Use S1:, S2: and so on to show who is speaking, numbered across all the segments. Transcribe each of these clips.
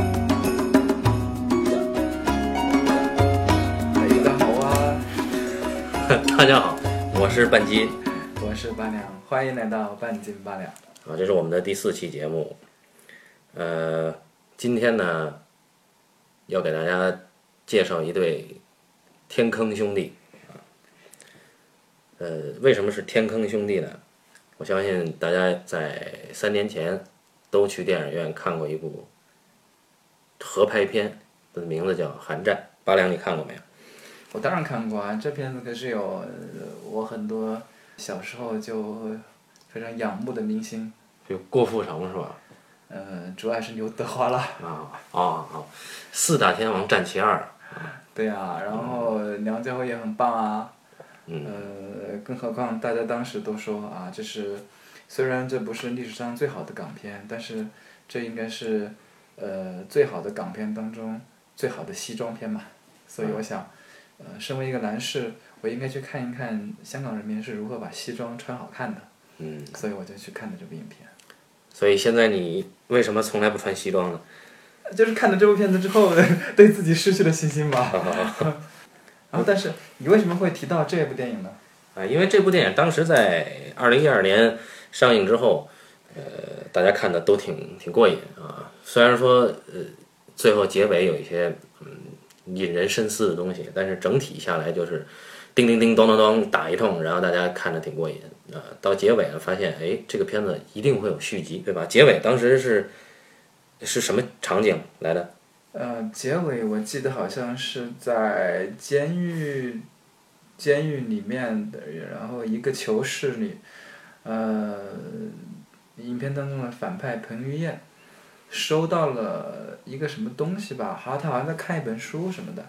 S1: 啊
S2: 大家好，我是半斤，
S1: 我是八两，欢迎来到半斤八两。
S2: 啊，这是我们的第四期节目。呃，今天呢，要给大家介绍一对天坑兄弟。啊，呃，为什么是天坑兄弟呢？我相信大家在三年前都去电影院看过一部合拍片，它的名字叫《寒战》。八两，你看过没有？
S1: 我当然看过啊，这片子可是有呃我很多小时候就非常仰慕的明星，
S2: 就郭富城是吧？
S1: 呃，主要是刘德华啦，
S2: 啊啊啊！四大天王战其二。
S1: 对啊，然后梁家辉也很棒啊，
S2: 嗯
S1: 呃，更何况大家当时都说啊，这是虽然这不是历史上最好的港片，但是这应该是呃最好的港片当中最好的西装片嘛，所以
S2: 嗯
S1: 我想，呃，身为一个男士，我应该去看一看香港人民是如何把西装穿好看的，
S2: 嗯。
S1: 所以我就去看了这部影片。
S2: 所以现在你为什么从来不穿西装呢？
S1: 就是看了这部片子之后， 对自己失去了信心 吧。然后，但是你为什么会提到这部电影呢？
S2: 啊，因为这部电影当时在二零一二年上映之后，呃，大家看的都挺挺过瘾啊。虽然说呃，最后结尾有一些嗯引人深思的东西，但是整体下来就是叮叮叮咚咚咚打一通，然后大家看着挺过瘾啊。到结尾了，发现哎，这个片子一定会有续集，对吧？结尾当时是是什么场景来的？
S1: 呃，结尾我记得好像是在监狱，监狱里面的，然后一个囚室里，呃，影片当中的反派彭于晏收到了一个什么东西吧，好像他好像在看一本书什么的，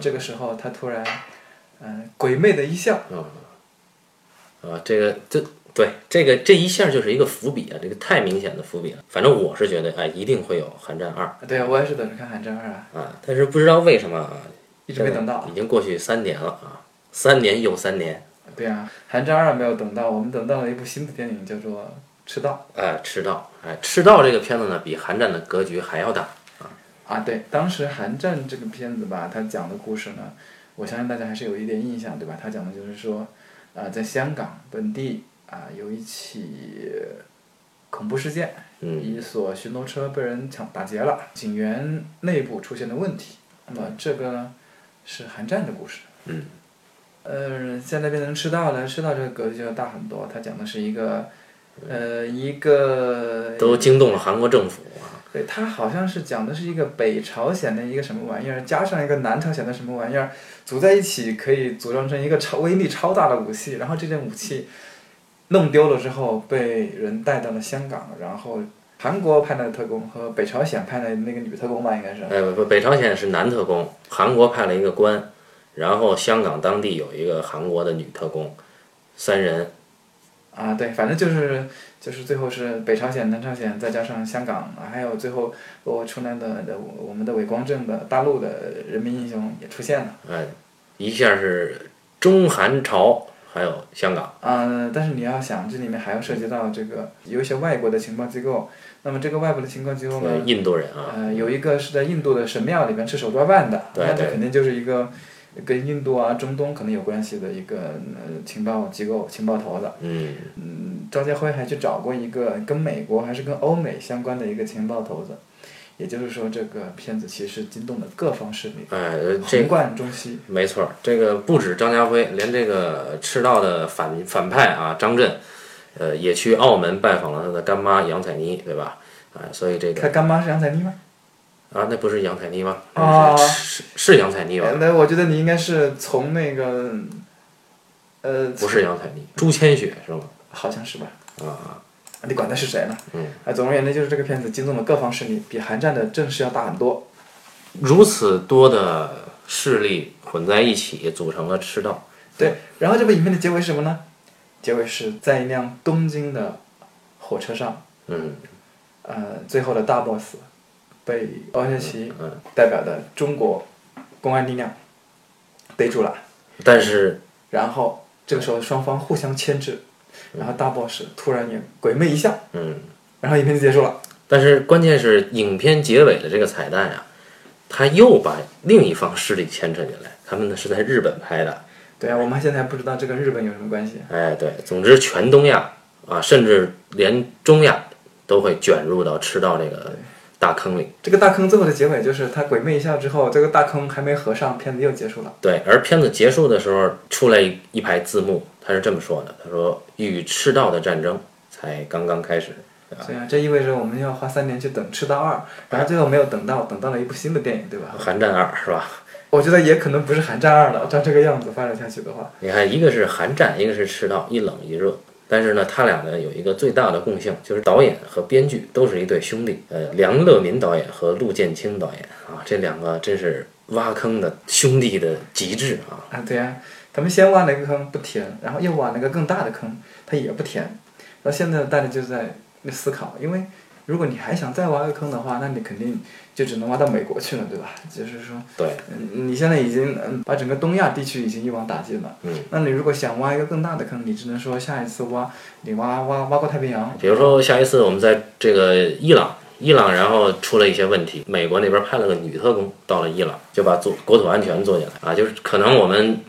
S1: 这个时候他突然，嗯、鬼魅的一笑，
S2: 啊，这个这对这个这一下就是一个伏笔啊，这个太明显的伏笔了。反正我是觉得，哎，一定会有《寒战二
S1: 对我也是等着看《寒战二》啊，》
S2: 啊，但是不知道为什么啊，
S1: 一直没等到。
S2: 已经过去三年了啊，三年又三年，
S1: 对啊，《寒战二》没有等到，我们等到了一部新的电影，叫做《赤道
S2: 哎，迟到，哎，迟到这个片子呢，比《寒战》的格局还要大。》
S1: 啊。对，当时《寒战》这个片子吧，它讲的故事呢，我相信大家还是有一点印象，对吧？它讲的就是说，啊、在香港本地啊、有一起恐怖事件，
S2: 嗯
S1: 一所巡逻车被人抢打劫了，警员内部出现了问题。那么这个是《寒战》的故事。
S2: 嗯
S1: 呃，现在变成赤道了，赤道这个格局就要大很多。它讲的是一个，呃，一个，
S2: 都惊动了韩国政府啊，
S1: 对，它好像是讲的是一个北朝鲜的一个什么玩意儿，加上一个南朝鲜的什么玩意儿，组在一起可以组装成一个超威力超大的武器。然后这件武器弄丢了之后，被人带到了香港，然后韩国派来的特工和北朝鲜派来的那个女特工吧，应该是。
S2: 哎，不不，北朝鲜是男特工，韩国派了一个官，然后香港当地有一个韩国的女特工，三人，
S1: 啊，对，反正就是就是最后是北朝鲜、南朝鲜，再加上香港，还有最后我出来的的我们的伟光正的大陆的人民英雄也出现了。
S2: 哎，一下是中韩朝，还有香港。
S1: 嗯，但是你要想，这里面还要涉及到这个有一些外国的情报机构，那么这个外国的情报机构
S2: 呃
S1: 呢，
S2: 印度人啊，
S1: 呃，有一个是在印度的神庙里面吃手抓饭的，
S2: 对
S1: 那这
S2: 对
S1: 肯定就是一个跟印度啊、中东可能有关系的一个呃情报机构、情报头子。
S2: 嗯，
S1: 张家辉还去找过一个跟美国还是跟欧美相关的一个情报头子，也就是说，这个片子其实惊动了各方势力，
S2: 哎，呃这
S1: 横贯中西。
S2: 没错儿，这个不止张家辉，连这个赤道的反反派啊张震，呃，也去澳门拜访了他的干妈杨采妮，对吧？啊、所以这个
S1: 他干妈是杨采妮吗？
S2: 啊，那不是杨采妮吗？呃
S1: 啊
S2: 是是是哦杨采妮吧？
S1: 哎那我觉得你应该是从那个，呃，
S2: 不是杨采妮，朱千雪是吗？
S1: 好像是吧？
S2: 啊，
S1: 你管他是谁呢？
S2: 嗯。
S1: 啊，总而言之，就是这个片子惊动了各方势力，比韩战的阵势要大很多。
S2: 如此多的势力混在一起，组成了赤道。
S1: 对，然后这部影片的结尾是什么呢？结尾是在一辆东京的火车上，
S2: 嗯
S1: 呃，最后的大 boss 被奥谢奇
S2: 嗯，
S1: 代表的中国公安力量逮住了，
S2: 但是
S1: 然后这个时候双方互相牵制，然后大 boss 突然也鬼魅一笑，
S2: 嗯，
S1: 然后影片就结束了。
S2: 但是关键是影片结尾的这个彩啊蛋呀、他又把另一方势力牵扯进来。他们呢是在日本拍的，
S1: 对啊，我们现在还不知道这跟日本有什么关系。
S2: 哎，对，总之全东亚啊，甚至连中亚都会卷入到吃到这个大坑里。
S1: 这个大坑最后的结尾就是他鬼魅一笑之后，这个大坑还没合上，片子又结束了。
S2: 对，而片子结束的时候出来一一排字幕，他是这么说的：“他说与赤道的战争才刚刚开始。”
S1: 所以啊，啊这意味着我们要花三年去等《赤道二》，然后最后没有等到，等到了一部新的电影，对吧？
S2: 寒战二是吧？
S1: 我觉得也可能不是寒战二了，照这个样子发展下去的话，
S2: 你看，一个是寒战，一个是赤道，一冷一热。但是呢，他俩呢有一个最大的共性，就是导演和编剧都是一对兄弟。呃，梁乐民导演和陆建清导演啊，这两个真是挖坑的兄弟的极致啊！
S1: 啊，对呀、他们先挖了一个坑不填，然后又挖了一个更大的坑，他也不填。然后现在大家就在思考，因为如果你还想再挖个坑的话，那你肯定就只能挖到美国去了，对吧？就是说，
S2: 对，
S1: 嗯，你现在已经嗯把整个东亚地区已经一网打尽了。
S2: 嗯。
S1: 那你如果想挖一个更大的坑，你只能说下一次挖，你挖挖挖过太平洋。
S2: 比如说下一次我们在这个伊朗，伊朗然后出了一些问题，美国那边派了个女特工到了伊朗，就把做国土安全做起来啊，就是可能我们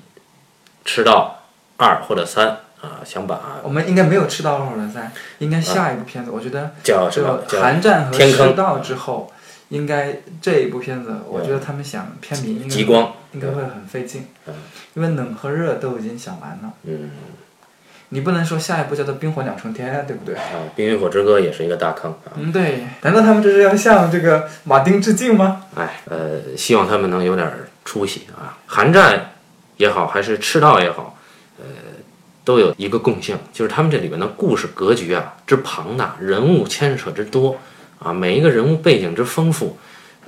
S2: 吃到二或者三啊，想把
S1: 我们应该没有吃到二火三，应该下一部片子，我觉得
S2: 叫什
S1: 这
S2: 么
S1: 个
S2: 叫
S1: 寒战和
S2: 天坑
S1: 赤道之后，应该这一部片子，我觉得他们想片名应
S2: 极
S1: 该
S2: 光，
S1: 应该会很费劲，因为冷和热都已经想完了，
S2: 嗯
S1: 你不能说下一部叫做冰火两重天，对不对？
S2: 啊，《冰与火之歌》也是一个大坑啊，
S1: 嗯，对。难道他们这是要向这个马丁致敬吗？
S2: 哎呃，希望他们能有点出息啊，韩战也好，还是赤道也好，呃，都有一个共性，就是他们这里面的故事格局啊之庞大，人物牵扯之多啊，每一个人物背景之丰富。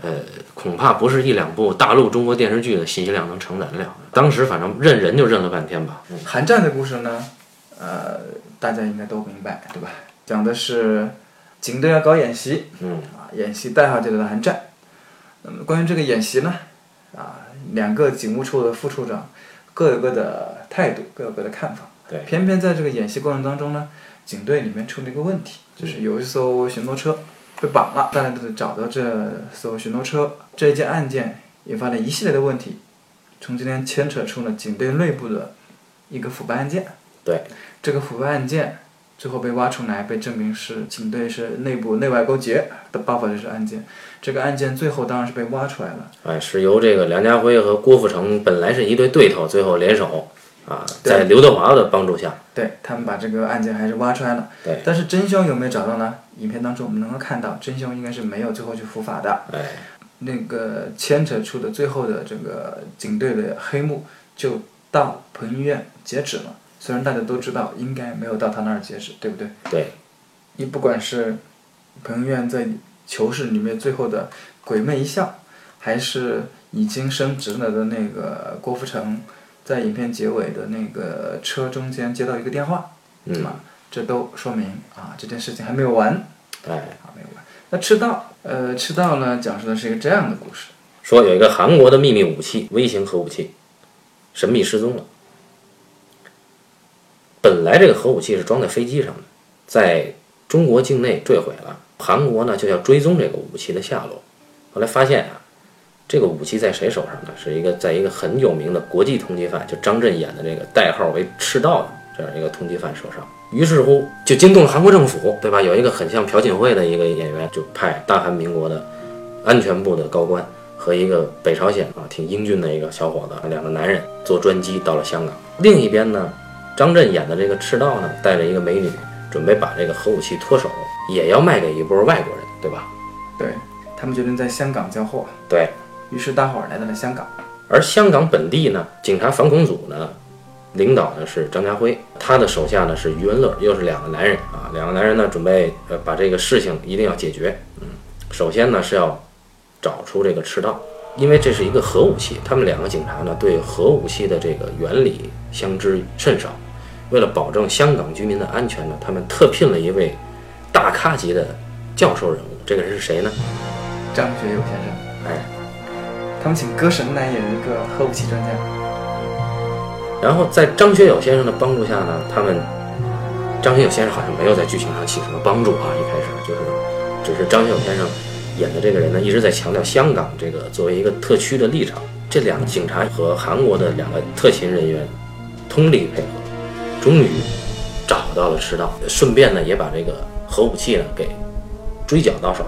S2: 呃，恐怕不是一两部大陆中国电视剧的信息量能承载得了的。当时反正认人就认了半天吧。
S1: 寒战的故事呢，呃，大家应该都明白，对吧？讲的是警队要搞演习，
S2: 嗯，
S1: 啊，演习代号就叫寒战。那么关于这个演习呢，啊，两个警务处的副处长各有各的态度，各有各的看法。
S2: 对
S1: 偏偏在这个演习过程当中呢，警队里面出了一个问题，
S2: 嗯
S1: 就是有一艘巡逻车被绑了，大家都得找到这艘巡逻车。这一件案件引发了一系列的问题，从今天牵扯出了警队内部的一个腐败案件。
S2: 对，
S1: 这个腐败案件最后被挖出来，被证明是警队是内部内外勾结的爆发这是案件。这个案件最后当然是被挖出来了。
S2: 哎，是由这个梁家辉和郭富城本来是一对对头，最后联手啊，
S1: 对
S2: 在刘德华的帮助下，
S1: 对他们把这个案件还是挖出来了，
S2: 对
S1: 但是真凶有没有找到呢？影片当中我们能够看到，真凶应该是没有最后去伏法的。
S2: 哎，
S1: 那个牵扯出的最后的这个警队的黑幕，就到彭于晏截止了。虽然大家都知道应该没有到他那儿截止，对不对？
S2: 对，
S1: 你不管是彭于晏在《囚室》里面最后的鬼魅一笑，还是已经升职了的那个郭富城，在影片结尾的那个车中间接到一个电话，
S2: 嗯，
S1: 啊，这都说明啊这件事情还没有完
S2: 哎。
S1: 啊，没有完。那赤道，呃，赤道呢讲述的是一个这样的故事，
S2: 说有一个韩国的秘密武器，微型核武器，神秘失踪了。本来这个核武器是装在飞机上的，在中国境内坠毁了。韩国呢就要追踪这个武器的下落，后来发现啊，这个武器在谁手上呢？是一个在一个很有名的国际通缉犯，就张震演的这个代号为“赤道”的这样一个通缉犯手上。于是乎就惊动了韩国政府，对吧？有一个很像朴槿惠的一个演员，就派大韩民国的安全部的高官和一个北朝鲜啊挺英俊的一个小伙子，两个男人坐专机到了香港。另一边呢，张震演的这个赤道呢，带着一个美女，准备把这个核武器脱手，也要卖给一波外国人，对吧？
S1: 对他们决定在香港交货，
S2: 对。
S1: 于是大伙儿来到了香港。
S2: 而香港本地呢，警察反恐组呢，领导呢是张家辉，他的手下呢是余文乐，又是两个男人啊，两个男人呢准备呃把这个事情一定要解决。嗯，首先呢是要找出这个赤道，因为这是一个核武器，他们两个警察呢对核武器的这个原理相知甚少。为了保证香港居民的安全呢，他们特聘了一位大咖级的教授人物，这个人是谁呢？
S1: 张学友先生，
S2: 哎，
S1: 他们请歌神来演一个核武器专家。
S2: 然后在张学友先生的帮助下呢，他们张学友先生好像没有在剧情上起什么帮助啊，一开始就是只是张学友先生演的这个人呢一直在强调香港这个作为一个特区的立场。这两个警察和韩国的两个特勤人员通力配合，终于找到了迟到，顺便呢也把这个核武器呢给追缴到手。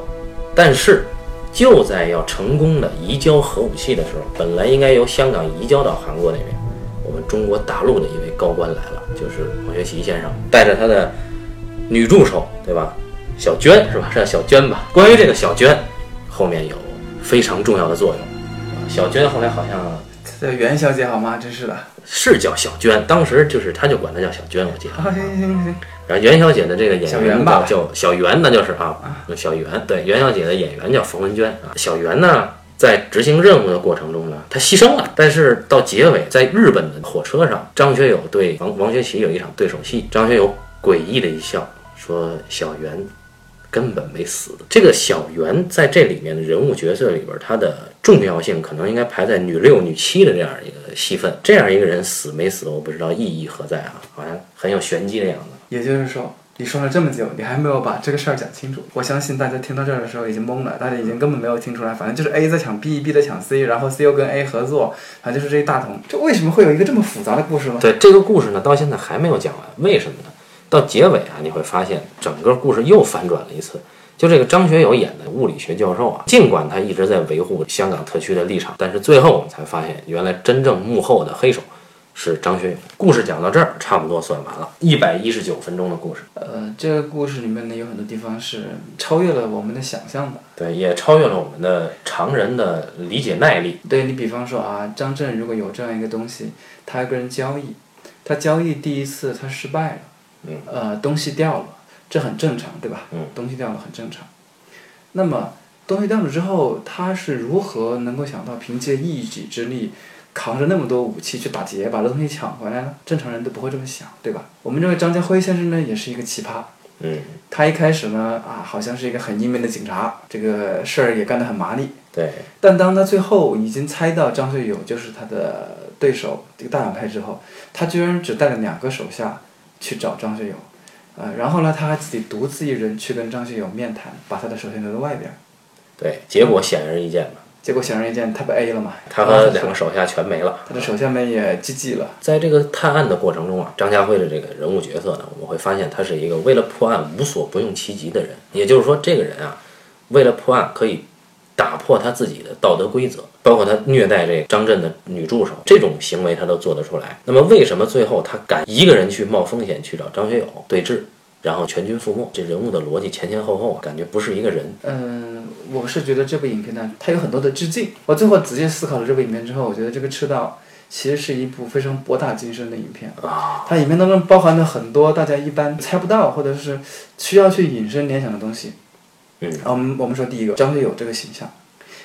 S2: 但是就在要成功的移交核武器的时候，本来应该由香港移交到韩国那边，我们中国大陆的一位高官来了，就是王学圻先生，带着他的女助手，对吧？小娟是吧？是叫小娟吧？关于这个小娟，后面有非常重要的作用。啊小娟后来好像
S1: 这叫袁小姐好吗？真是的。
S2: 是叫小娟，当时就是他就管她叫小娟，我记得。
S1: 好，行行行行，
S2: 然后袁小姐的这个演
S1: 小
S2: 员
S1: 袁吧
S2: 叫叫小袁，那就是啊，小袁对袁小姐的演员叫冯文娟啊。小袁呢，在执行任务的过程中呢，她牺牲了，但是到结尾，在日本的火车上，张学友对王王学圻有一场对手戏，张学友诡异的一笑，说小袁根本没死。这个小袁在这里面的人物角色里边，她的重要性可能应该排在女六、女七的这样一个戏份。这样一个人死没死，我不知道意义何在啊，好像很有玄机的样子。
S1: 也就是说，你说了这么久，你还没有把这个事儿讲清楚。我相信大家听到这儿的时候已经懵了，大家已经根本没有听出来，反正就是 A 在抢 B，B 在抢 C，然后 C 又跟 A 合作，反正就是这一大通。这为什么会有一个这么复杂的故事呢？
S2: 对这个故事呢，到现在还没有讲完，为什么呢？到结尾啊，你会发现整个故事又反转了一次。就这个张学友演的物理学教授啊，尽管他一直在维护香港特区的立场，但是最后我们才发现，原来真正幕后的黑手是张学友。故事讲到这儿，差不多算完了，一百一十九分钟的故事，
S1: 呃，这个故事里面呢有很多地方是超越了我们的想象的。
S2: 对，也超越了我们的常人的理解耐力。
S1: 对你比方说啊，张震如果有这样一个东西，他要跟人交易，他交易第一次他失败了，
S2: 嗯，
S1: 呃，东西掉了，这很正常，对吧？
S2: 嗯，
S1: 东西掉了很正常。那么东西掉了之后，他是如何能够想到凭借一己之力？扛着那么多武器去打劫，把这东西抢回来呢？正常人都不会这么想，对吧？我们这位张家辉先生呢，也是一个奇葩，
S2: 嗯，
S1: 他一开始呢，啊，好像是一个很英明的警察，这个事儿也干得很麻利。
S2: 对，
S1: 但当他最后已经猜到张学友就是他的对手，这个大反派之后，他居然只带了两个手下去找张学友，呃，然后呢，他还自己独自一人去跟张学友面谈，把他的手下留在外边儿。
S2: 对，结果显而易见嘛，
S1: 结果显而易见，他被 A 了嘛，
S2: 他
S1: 然后
S2: 和
S1: 他
S2: 两个手下全没了。
S1: 他的手下们也 GG 了。
S2: 在这个探案的过程中啊，张家辉的这个人物角色呢，我们会发现他是一个为了破案无所不用其极的人。也就是说，这个人啊，为了破案可以打破他自己的道德规则，包括他虐待这张震的女助手这种行为，他都做得出来。那么，为什么最后他敢一个人去冒风险去找张学友对峙，然后全军覆没？这人物的逻辑前前后后啊，感觉不是一个人。
S1: 嗯，我是觉得这部影片呢，它有很多的致敬。我最后仔细思考了这部影片之后，我觉得这个《赤道》其实是一部非常博大精深的影片啊。它里面当中包含了很多大家一般猜不到，或者是需要去引申联想的东西。啊
S2: 嗯，
S1: 我们我们说第一个张学友这个形象，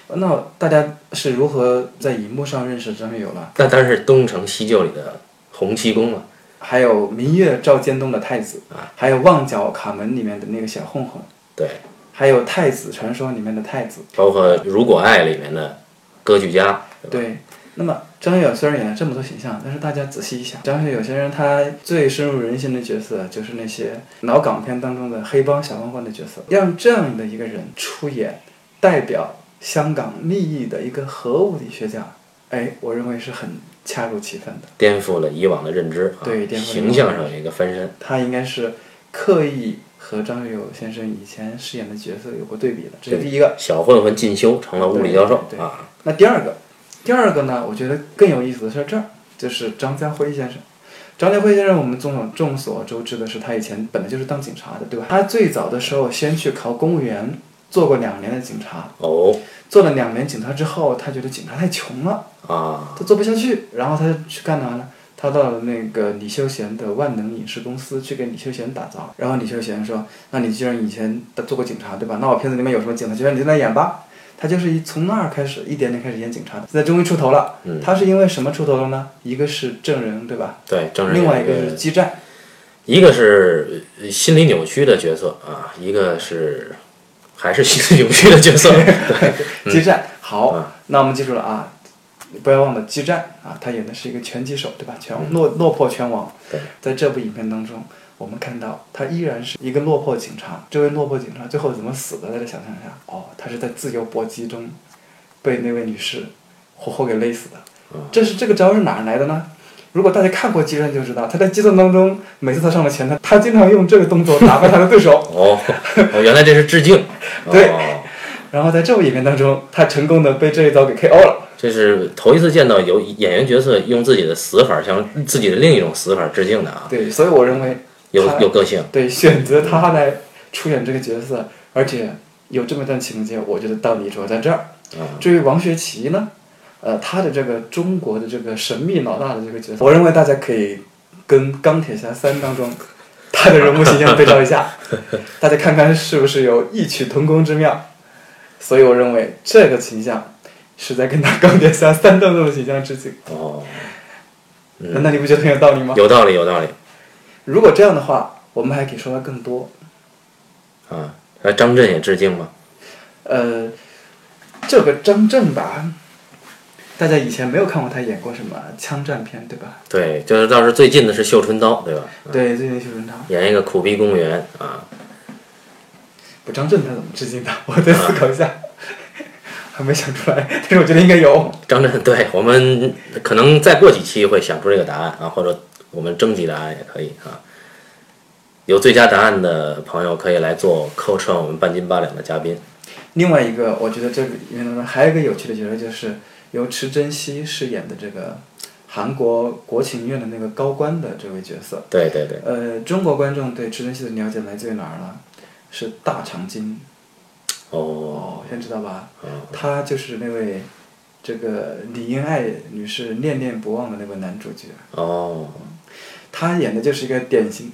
S1: 那大家是如何在荧幕上认识张学友了？
S2: 那当然是《东成西就》里的洪七公了。
S1: 还有《明月照江东》的太子，还有《旺角卡门》里面的那个小混混，
S2: 啊对，
S1: 还有《太子传说》里面的太子。
S2: 包括《如果爱》里面的歌剧家。
S1: 对，那么张学友虽然演了这么多形象，但是大家仔细一想，张学友先生他最深入人心的角色就是那些老港片当中的黑帮小混混的角色，让这样的一个人出演代表香港利益的一个核物理学家，哎，我认为是很恰如其分的。
S2: 颠覆了以往的认知啊，
S1: 对颠覆了以往的
S2: 形象上有一个翻身。
S1: 他应该是刻意和张学友先生以前饰演的角色有过对比的，这是第一个。
S2: 小混混进修成了物理教授
S1: 对对
S2: 啊，
S1: 那第二个，第二个呢，我觉得更有意思的是这儿，就是张家辉先生。张家辉先生，我们众所众所周知的是，他以前本来就是当警察的，对吧？他最早的时候先去考公务员，做过两年的警察，
S2: 哦
S1: 做了两年警察之后，他觉得警察太穷了，
S2: 啊，
S1: 他做不下去，然后他去干嘛呢？他到了那个李修贤的万能影视公司去跟李修贤打杂，然后李修贤说：“那你既然以前做过警察对吧？那我片子里面有什么警察，就让你来演吧。”他就是一从那儿开始一点点开始演警察的，现在终于出头了。
S2: 嗯
S1: 他是因为什么出头了呢？一个是证人对吧？
S2: 对，正是
S1: 另外
S2: 一
S1: 一个是激战。
S2: 一个是呃心理扭曲的角色啊，一个是还是心理扭曲的 角色，
S1: 激战好，
S2: 啊
S1: 那我们记住了啊，不要忘了激战啊，他演的是一个拳击手，对吧？拳落落魄拳王
S2: 对，
S1: 在这部影片当中，我们看到他依然是一个落魄警察。这位落魄警察最后怎么死的？大家想象一下，哦，他是在自由搏击中被那位女士活活给勒死的。这是这个招是哪儿来的呢？如果大家看过《激战》就知道，他在激战当中，每次他上了前台，他经常用这个动作打败他的对手。
S2: 哦，哦原来这是致敬。
S1: 对
S2: 哦，
S1: 然后在这部影片当中，他成功的被这一招给 KO 了。
S2: 这是头一次见到有演员角色用自己的死法向自己的另一种死法致敬的啊，
S1: 对，所以我认为，
S2: 有
S1: 他
S2: 有个性。
S1: 对选择他来出演这个角色，而且有这么一段情节，我觉得道理主要在这儿。
S2: 嗯，
S1: 至于王学圻呢，呃，他的这个中国的这个神秘老大的这个角色，我认为大家可以跟《钢铁侠三》当中他的人物形象对照一下，大家看看是不是有异曲同工之妙。所以我认为这个形象是在跟他《钢铁侠三》当中的形象致敬。
S2: 哦，
S1: 难道你不觉得很有道理吗？
S2: 有道理，有道理
S1: 如果这样的话，我们还可以说到更多。
S2: 啊。那张震也致敬吗？
S1: 呃，这个张震吧，大家以前没有看过他演过什么枪战片，对吧？
S2: 对，就是倒是最近的是《绣春刀》，对吧？
S1: 对，最近徐文涛，
S2: 演一个苦逼公务员啊，
S1: 不，张震他 怎么致敬的？我再思考一下，还没想出来，但是我觉得应该有。
S2: 张震，对我们可能再过几期会想出这个答案啊，或者我们征集答案也可以啊。有最佳答案的朋友可以来做客串我们半斤八两的嘉宾。
S1: 另外一个，我觉得这个里面当中还有一个有趣的角色，就是由池珍熙饰演的这个韩国国情院的那个高官的这位角色。
S2: 对对对，
S1: 呃，中国观众对池珍熙的了解来自于哪儿呢？是大长今
S2: 哦，
S1: 哦，先知道吧？
S2: 哦
S1: 他就是那位这个李英爱女士念念不忘的那位男主角，
S2: 哦，
S1: 他演的就是一个典型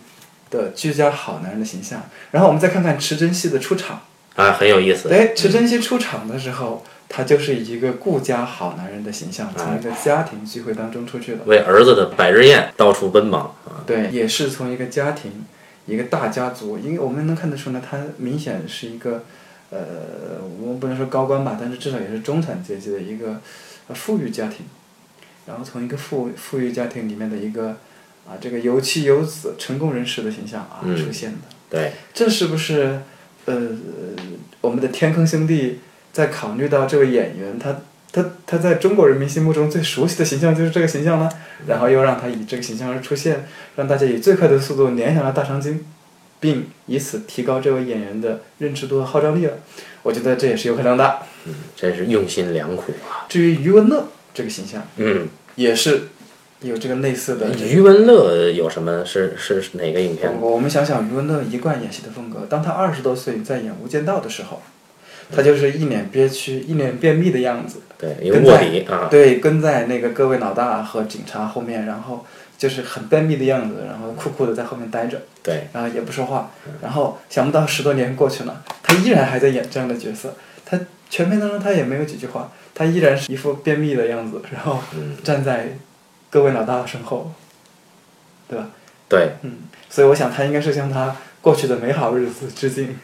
S1: 的居家好男人的形象。然后我们再看看池珍熙的出场，
S2: 啊，很有意思。
S1: 哎，池珍熙出场的时候，他就是以一个顾家好男人的形象，从一个家庭聚会当中出去的，
S2: 为儿子的百日宴到处奔忙啊，
S1: 对，也是从一个家庭。一个大家族，因为我们能看得出呢，他明显是一个，呃，我们不能说高官吧，但是至少也是中产阶级的一个呃富裕家庭，然后从一个富富裕家庭里面的一个啊这个有妻有子成功人士的形象啊、
S2: 嗯
S1: 出现的，
S2: 对，
S1: 这是不是呃我们的天坑兄弟在考虑到这位演员他他他在中国人民心目中最熟悉的形象就是这个形象呢？然后又让他以这个形象而出现，让大家以最快的速度联想到大长今，并以此提高这位演员的认知度和号召力了。我觉得这也是有可能的。
S2: 嗯，真是用心良苦啊。
S1: 至于余文乐这个形象，
S2: 嗯，
S1: 也是有这个类似的。
S2: 余文乐有什么是是是哪个影片？
S1: 我我们想想余文乐一贯演戏的风格，当他二十多岁在演《无间道》的时候，他就是一脸憋屈、一脸便秘的样子，
S2: 对，一个卧底
S1: 跟在
S2: 啊，
S1: 对，跟在那个各位老大和警察后面，然后就是很便秘的样子，然后酷酷的在后面待着，
S2: 对，
S1: 然后也不说话，
S2: 嗯
S1: 然后想不到十多年过去了，他依然还在演这样的角色，他全片当中他也没有几句话，他依然是一副便秘的样子，然后
S2: 嗯，
S1: 站在各位老大身后，对吧？
S2: 对，
S1: 嗯，所以我想他应该是向他过去的美好日子致敬。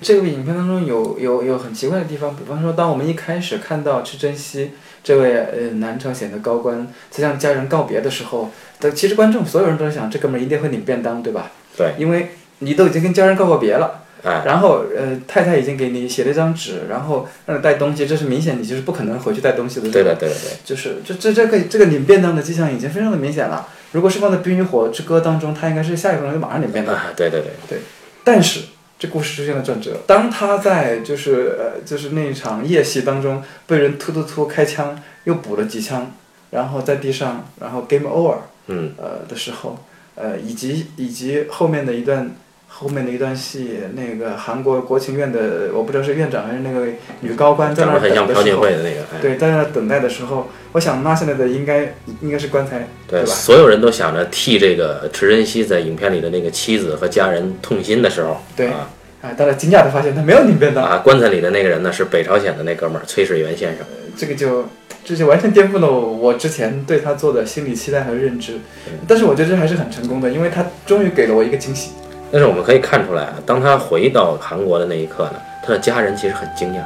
S1: 这部影片当中有有有很奇怪的地方，比方说，当我们一开始看到池珍熙这位呃南朝鲜的高官在向家人告别的时候，但其实观众所有人都在想，这哥们儿一定会领便当，对吧？
S2: 对，
S1: 因为你都已经跟家人告过别了，
S2: 哎，
S1: 然后呃太太已经给你写了一张纸，然后让你带东西，这是明显你就是不可能回去带东西的，
S2: 对的，对的，对，
S1: 就是这这这个这个领便当的迹象已经非常的明显了。如果是放在《冰与火之歌》当中，他应该是下一分钟就马上领便当。
S2: 啊，对对对，
S1: 但是这故事出现了转折，当他在就是呃就是那一场夜戏当中被人突突突开枪，又补了几枪，然后在地上，然后 game over，
S2: 嗯，
S1: 呃的时候，呃以及以及后面的一段。后面的一段戏，那个韩国国情院的，我不知道是院长还是那个女高官在
S2: 长
S1: 那
S2: 得
S1: 儿
S2: 很像
S1: 等的
S2: 朴
S1: 时
S2: 槿
S1: 候，
S2: 惠的那个，哎，
S1: 对，在那等待的时候，我想拉下来的应该应该是棺材，对
S2: 对，
S1: 吧？
S2: 所有人都想着替这个池珍熙在影片里的那个妻子和家人痛心的时候，
S1: 对
S2: 啊
S1: 啊，大家惊讶的发现他没有领便当，
S2: 啊，棺材里的那个人呢是北朝鲜的那哥们儿崔始源先生，
S1: 这个就这就完全颠覆了我之前对他做的心理期待和认知。
S2: 嗯
S1: 但是我觉得这还是很成功的，因为他终于给了我一个惊喜。
S2: 但是我们可以看出来啊，当他回到韩国的那一刻呢，他的家人其实很惊讶，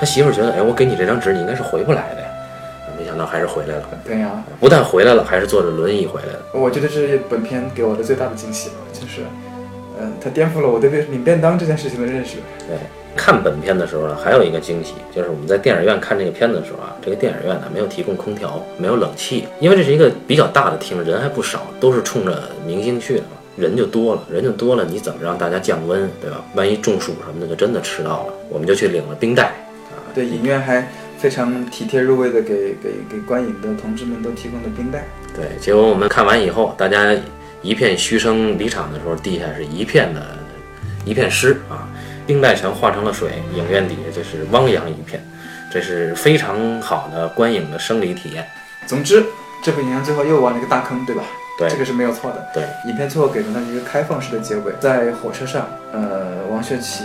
S2: 他媳妇儿觉得，哎，我给你这张纸，你应该是回不来的呀，没想到还是回来了，
S1: 对呀、
S2: 不但回来了，还是坐着轮椅回来了。
S1: 我觉得这是本片给我的最大的惊喜，就是，呃，嗯，它颠覆了我对便领便当这件事情的认识。
S2: 啊看本片的时候呢，还有一个惊喜，就是我们在电影院看这个片子的时候啊，这个电影院呢没有提供空调，没有冷气，因为这是一个比较大的厅，人还不少，都是冲着明星去的嘛，人就多了，人就多了，你怎么让大家降温，对吧？万一中暑什么的，就真的吃到了，我们就去领了冰袋。
S1: 对，影院还非常体贴入微的给给给观影的同志们都提供了冰袋。
S2: 对，结果我们看完以后，大家一片嘘声离场的时候，地下是一片的，一片湿啊，冰袋全化成了水，影院底下就是汪洋一片，这是非常好的观影的生理体验。
S1: 总之，这部影片最后又挖了一个大坑，对吧？
S2: 对
S1: 这个是没有错的。
S2: 对，
S1: 影片最后给了它一个开放式的结尾，在火车上，呃，王学圻，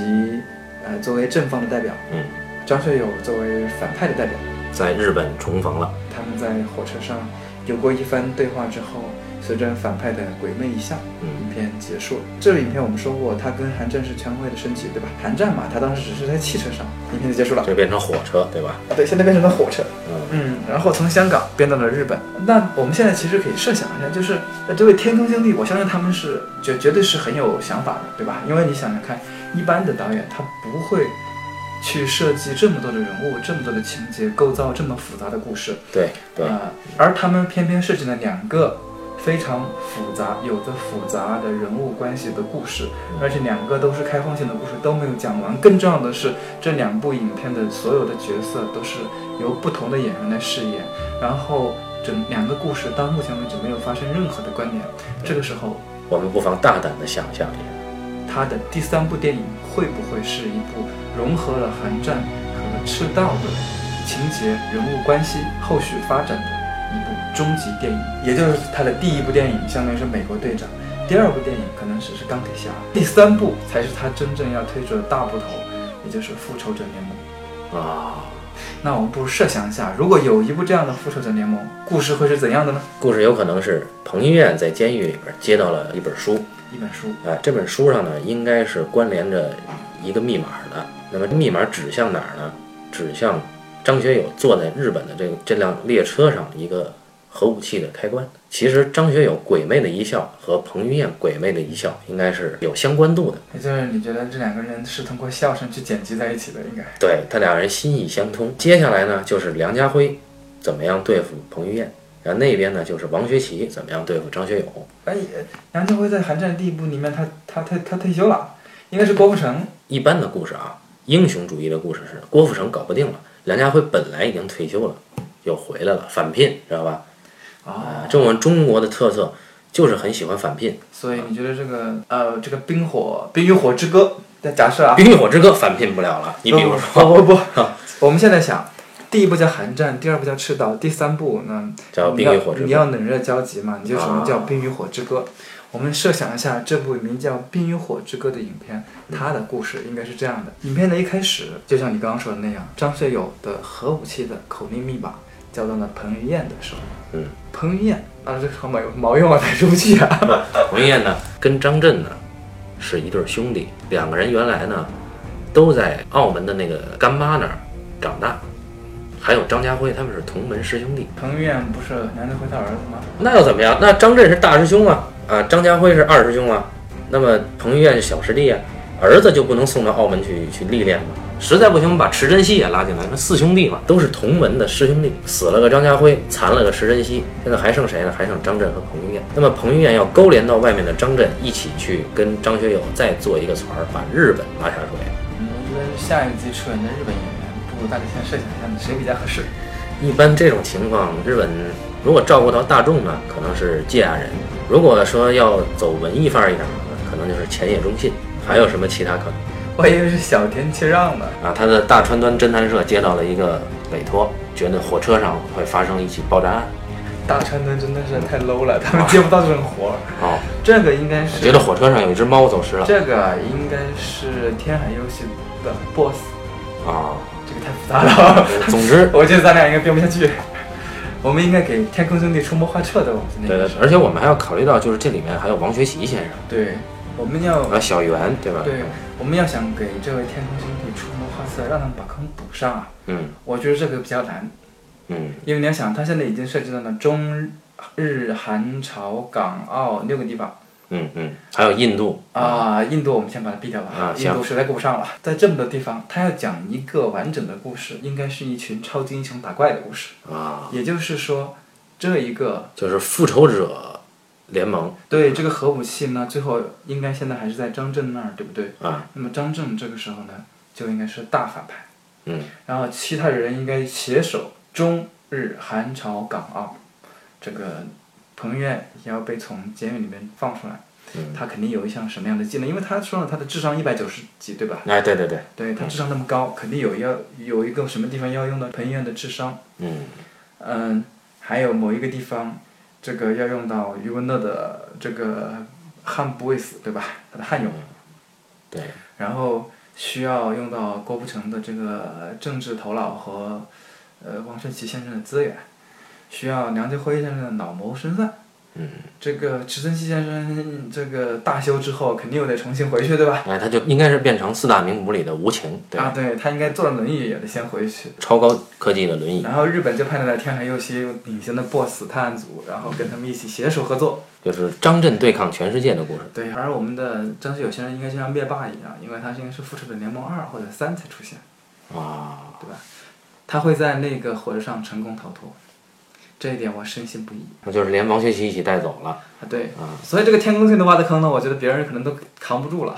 S1: 呃，作为正方的代表，
S2: 嗯，
S1: 张学友作为反派的代表，
S2: 在日本重逢了，
S1: 他们在火车上有过一番对话之后，随着反派的鬼魅一笑，
S2: 嗯，
S1: 影片结束了。这个影片我们说过，它跟韩战是全方位的升级，对吧？韩战嘛，它当时只是在汽车上，影片就结束了。
S2: 就变成火车，对吧？
S1: 啊，对，现在变成了火车。
S2: 嗯，
S1: 嗯，然后从香港编到了日本。那我们现在其实可以设想一下，就是呃这位天坑经理，我相信他们是绝绝对是很有想法的，对吧？因为你想想看，一般的导演他不会去设计这么多的人物、这么多的情节，构造这么复杂的故事。
S2: 对对，
S1: 啊、而他们偏偏设计了两个非常复杂、有着复杂的人物关系的故事，而且两个都是开放性的故事，都没有讲完。更重要的是，这两部影片的所有的角色都是由不同的演员来饰演，然后整两个故事到目前为止没有发生任何的关联。这个时候，
S2: 我们不妨大胆的想象一下。
S1: 他的第三部电影会不会是一部融合了寒战和赤道的情节、人物关系、后续发展的一部终极电影？也就是他的第一部电影相当于是《美国队长》，第二部电影可能只是钢铁侠，第三部才是他真正要推出的大部头，也就是《复仇者联盟》。
S2: 啊，
S1: 那我们不如设想一下，如果有一部这样的《复仇者联盟》，故事会是怎样的呢？
S2: 故事有可能是彭于晏在监狱里边接到了一本书，
S1: 一本书，
S2: 啊，这本书上呢应该是关联着一个密码的。那么密码指向哪儿呢？指向张学友坐在日本的这个这辆列车上一个核武器的开关。其实张学友鬼魅的一笑和彭于晏鬼魅的一笑应该是有相关度的。
S1: 也就是你觉得这两个人是通过笑声去剪辑在一起的，应该。
S2: 对他俩人心意相通。接下来呢，就是梁家辉怎么样对付彭于晏，然后那边呢就是王学圻怎么样对付张学友。
S1: 哎，杨家辉在寒战第一部里面，他他他他退休了，应该是郭富城。
S2: 一般的故事啊，英雄主义的故事是郭富城搞不定了，梁家辉本来已经退休了，又回来了，返聘，知道吧？啊，这我们中国的特色就是很喜欢返聘，
S1: 所以你觉得这个呃，这个冰火《冰与火之歌》但假设
S2: 《
S1: 啊，
S2: 冰与火之歌》返聘不了了。你比如
S1: 哦
S2: 说啊
S1: 不不不， 我们现在想，第一部叫寒战，第二部叫赤道，第三部呢
S2: 叫《
S1: 你
S2: 冰
S1: 要
S2: 与火之
S1: 你
S2: 歌》，
S1: 要冷热交集嘛，你就只能叫
S2: 啊
S1: 《冰与火之歌》我们设想一下，这部名叫《冰与火之歌》的影片，它的故事应该是这样的：影片的一开始，就像你刚刚说的那样，张学友的核武器的口令密码交到了彭于晏的手里。
S2: 嗯，
S1: 彭于晏啊，这好毛毛用啊，他出不去啊。
S2: 彭于晏呢跟张震呢是一对儿兄弟，两个人原来呢都在澳门的那个干妈那儿长大，还有张家辉他们是同门师兄弟。
S1: 彭于晏不是梁家辉他儿子吗？
S2: 那又怎么样？那张震是大师兄啊，啊，张家辉是二师兄啊，那么彭于晏是小师弟啊，儿子就不能送到澳门去去历练吗？实在不行，我们把池珍熙也拉进来，那四兄弟嘛，都是同门的师兄弟，死了个张家辉，残了个池珍熙，现在还剩谁呢？还剩张震和彭于晏。那么彭于晏要勾连到外面的张震一起去跟张学友再做一个团儿，把日本拉下水。
S1: 嗯，我觉得下一季出演的日本演员，不如大家先设想一下谁比较合适。
S2: 一般这种情况，日本如果照顾到大众呢，可能是芥雅人；如果说要走文艺范儿一点呢，可能就是前野忠信。还有什么其他可能
S1: 我以为是小田切让呢。
S2: 啊？他的大川端侦探社接到了一个委托，觉得火车上会发生一起爆炸案，
S1: 大川端真的是太 low 了，他们接不到这种活儿。
S2: 哦，
S1: 这个应该是
S2: 觉得火车上有一只猫走失 了
S1: 这个应该是天海游戏的 BOSS，
S2: 啊。
S1: 这个太复杂了，
S2: 总之，
S1: 我觉得咱俩应该编不下去。 我们应该给天空兄弟出谋划策的，我们
S2: 对
S1: 那
S2: 对
S1: 个
S2: 对，而且我们还要考虑到，就是这里面还有王学圻先生
S1: 对，我们要
S2: 啊，小袁对吧？
S1: 对，我们要想给这位天空兄弟出谋划策，让他们把坑补上啊。
S2: 嗯
S1: 我觉得这个比较难，
S2: 嗯，
S1: 因为你要想，他现在已经涉及到了中日韩朝港澳六个地方，
S2: 嗯嗯，还有印度，
S1: 啊，印度我们先把它避掉吧，
S2: 啊
S1: 印度实在顾不上了。在这么多地方，他要讲一个完整的故事，应该是一群超级英雄打怪的故事。
S2: 啊，
S1: 也就是说，这一个
S2: 就是复仇者联盟
S1: 对这个核武器呢，最后应该现在还是在张震那儿，对不对？
S2: 啊，
S1: 那么张震这个时候呢，就应该是大反派，
S2: 嗯，
S1: 然后其他人应该携手中日韩朝港澳，这个彭于晏也要被从监狱里面放出来，
S2: 嗯
S1: 他肯定有一项什么样的技能？因为他说了他的智商一百九十几，对吧？
S2: 哎，对对对，
S1: 对他智商那么高，肯定有要有一个什么地方要用到彭于晏的智商，
S2: 嗯
S1: 嗯，还有某一个地方，这个要用到余文乐的这个悍不畏死，对吧？他的悍勇，
S2: 对，
S1: 然后需要用到郭富城的这个政治头脑和呃王晨奇先生的资源，需要梁家辉先生的脑谋深算。
S2: 嗯，
S1: 这个池珍熙先生这个大修之后，肯定又得重新回去，对吧？
S2: 哎，他就应该是变成四大名捕里的无情，对
S1: 啊，
S2: 吧，
S1: 对他应该坐着轮椅也得先回去。
S2: 超高科技的轮椅，
S1: 然后日本就派出来天海佑希领衔的 BOSS 探案组，然后跟他们一起携手合作。
S2: 就是张震对抗全世界的故事，
S1: 对，而我们的张学友先生应该就像灭霸一样，因为他应该是复仇者联盟二或者三才出现，
S2: 啊，
S1: 他会在那个火车上成功逃脱，这一点我深信不疑
S2: 那就是连王学圻一起带走了，
S1: 啊。对，
S2: 啊
S1: 所以这个天宫星的挖的坑呢，我觉得别人可能都扛不住了。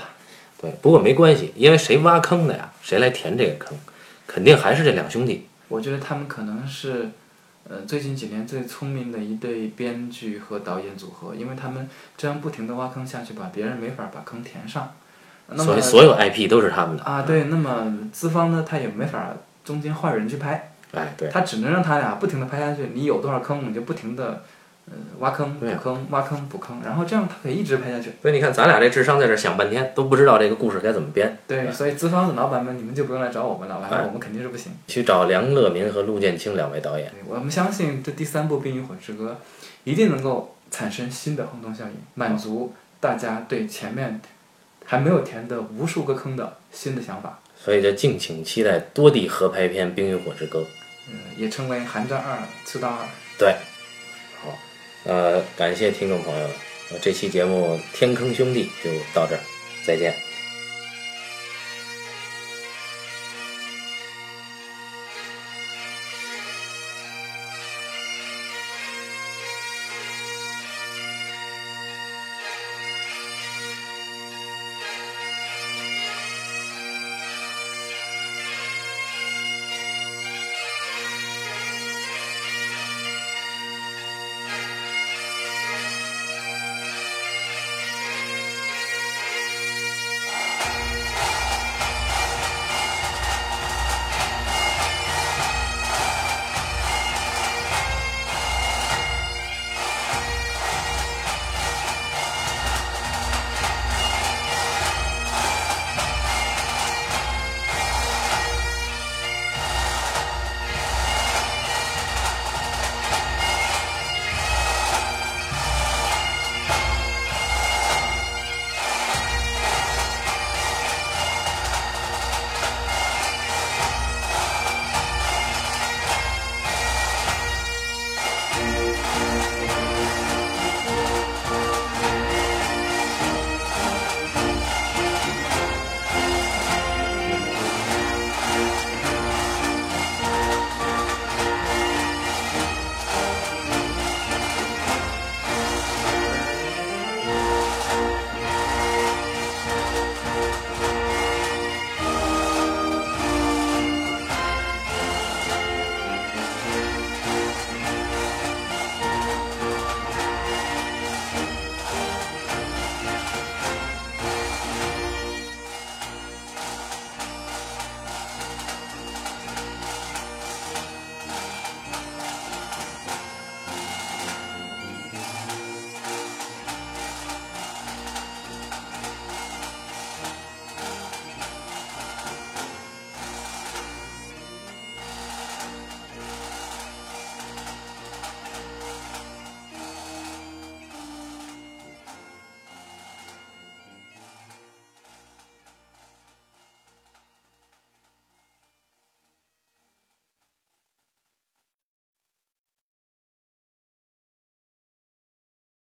S2: 对，不过没关系，因为谁挖坑的呀，谁来填这个坑，肯定还是这两兄弟，
S1: 我觉得他们可能是，呃，最近几年最聪明的一对编剧和导演组合，因为他们这样不停的挖坑下去，把别人没法把坑填上。那
S2: 所
S1: 么
S2: 以所有 IP 都是他们的，
S1: 啊，对，那么资方呢，他也没法中间换人去拍，
S2: 哎，对，
S1: 他只能让他俩不停的拍下去。你有多少坑，你就不停的，呃，挖坑补
S2: 对啊
S1: 坑，挖坑补坑，然后这样他可以一直拍下去。
S2: 所以你看咱俩这智商在这儿想半天，都不知道这个故事该怎么编。
S1: 对，所以资方的老板们，你们就不用来找我们了，反
S2: 哎
S1: 正我们肯定是不行。
S2: 去找梁乐民和陆建清两位导演。
S1: 对我们相信这第三部《冰与火之歌》一定能够产生新的轰动效应，满足大家对前面还没有填的无数个坑的新的想法，
S2: 所以就敬请期待多地合拍片《冰与火之歌》。
S1: 嗯，也成为《寒战二》《赤道二》。
S2: 对，好，呃，感谢听众朋友们，呃这期节目《天坑兄弟》就到这儿，再见。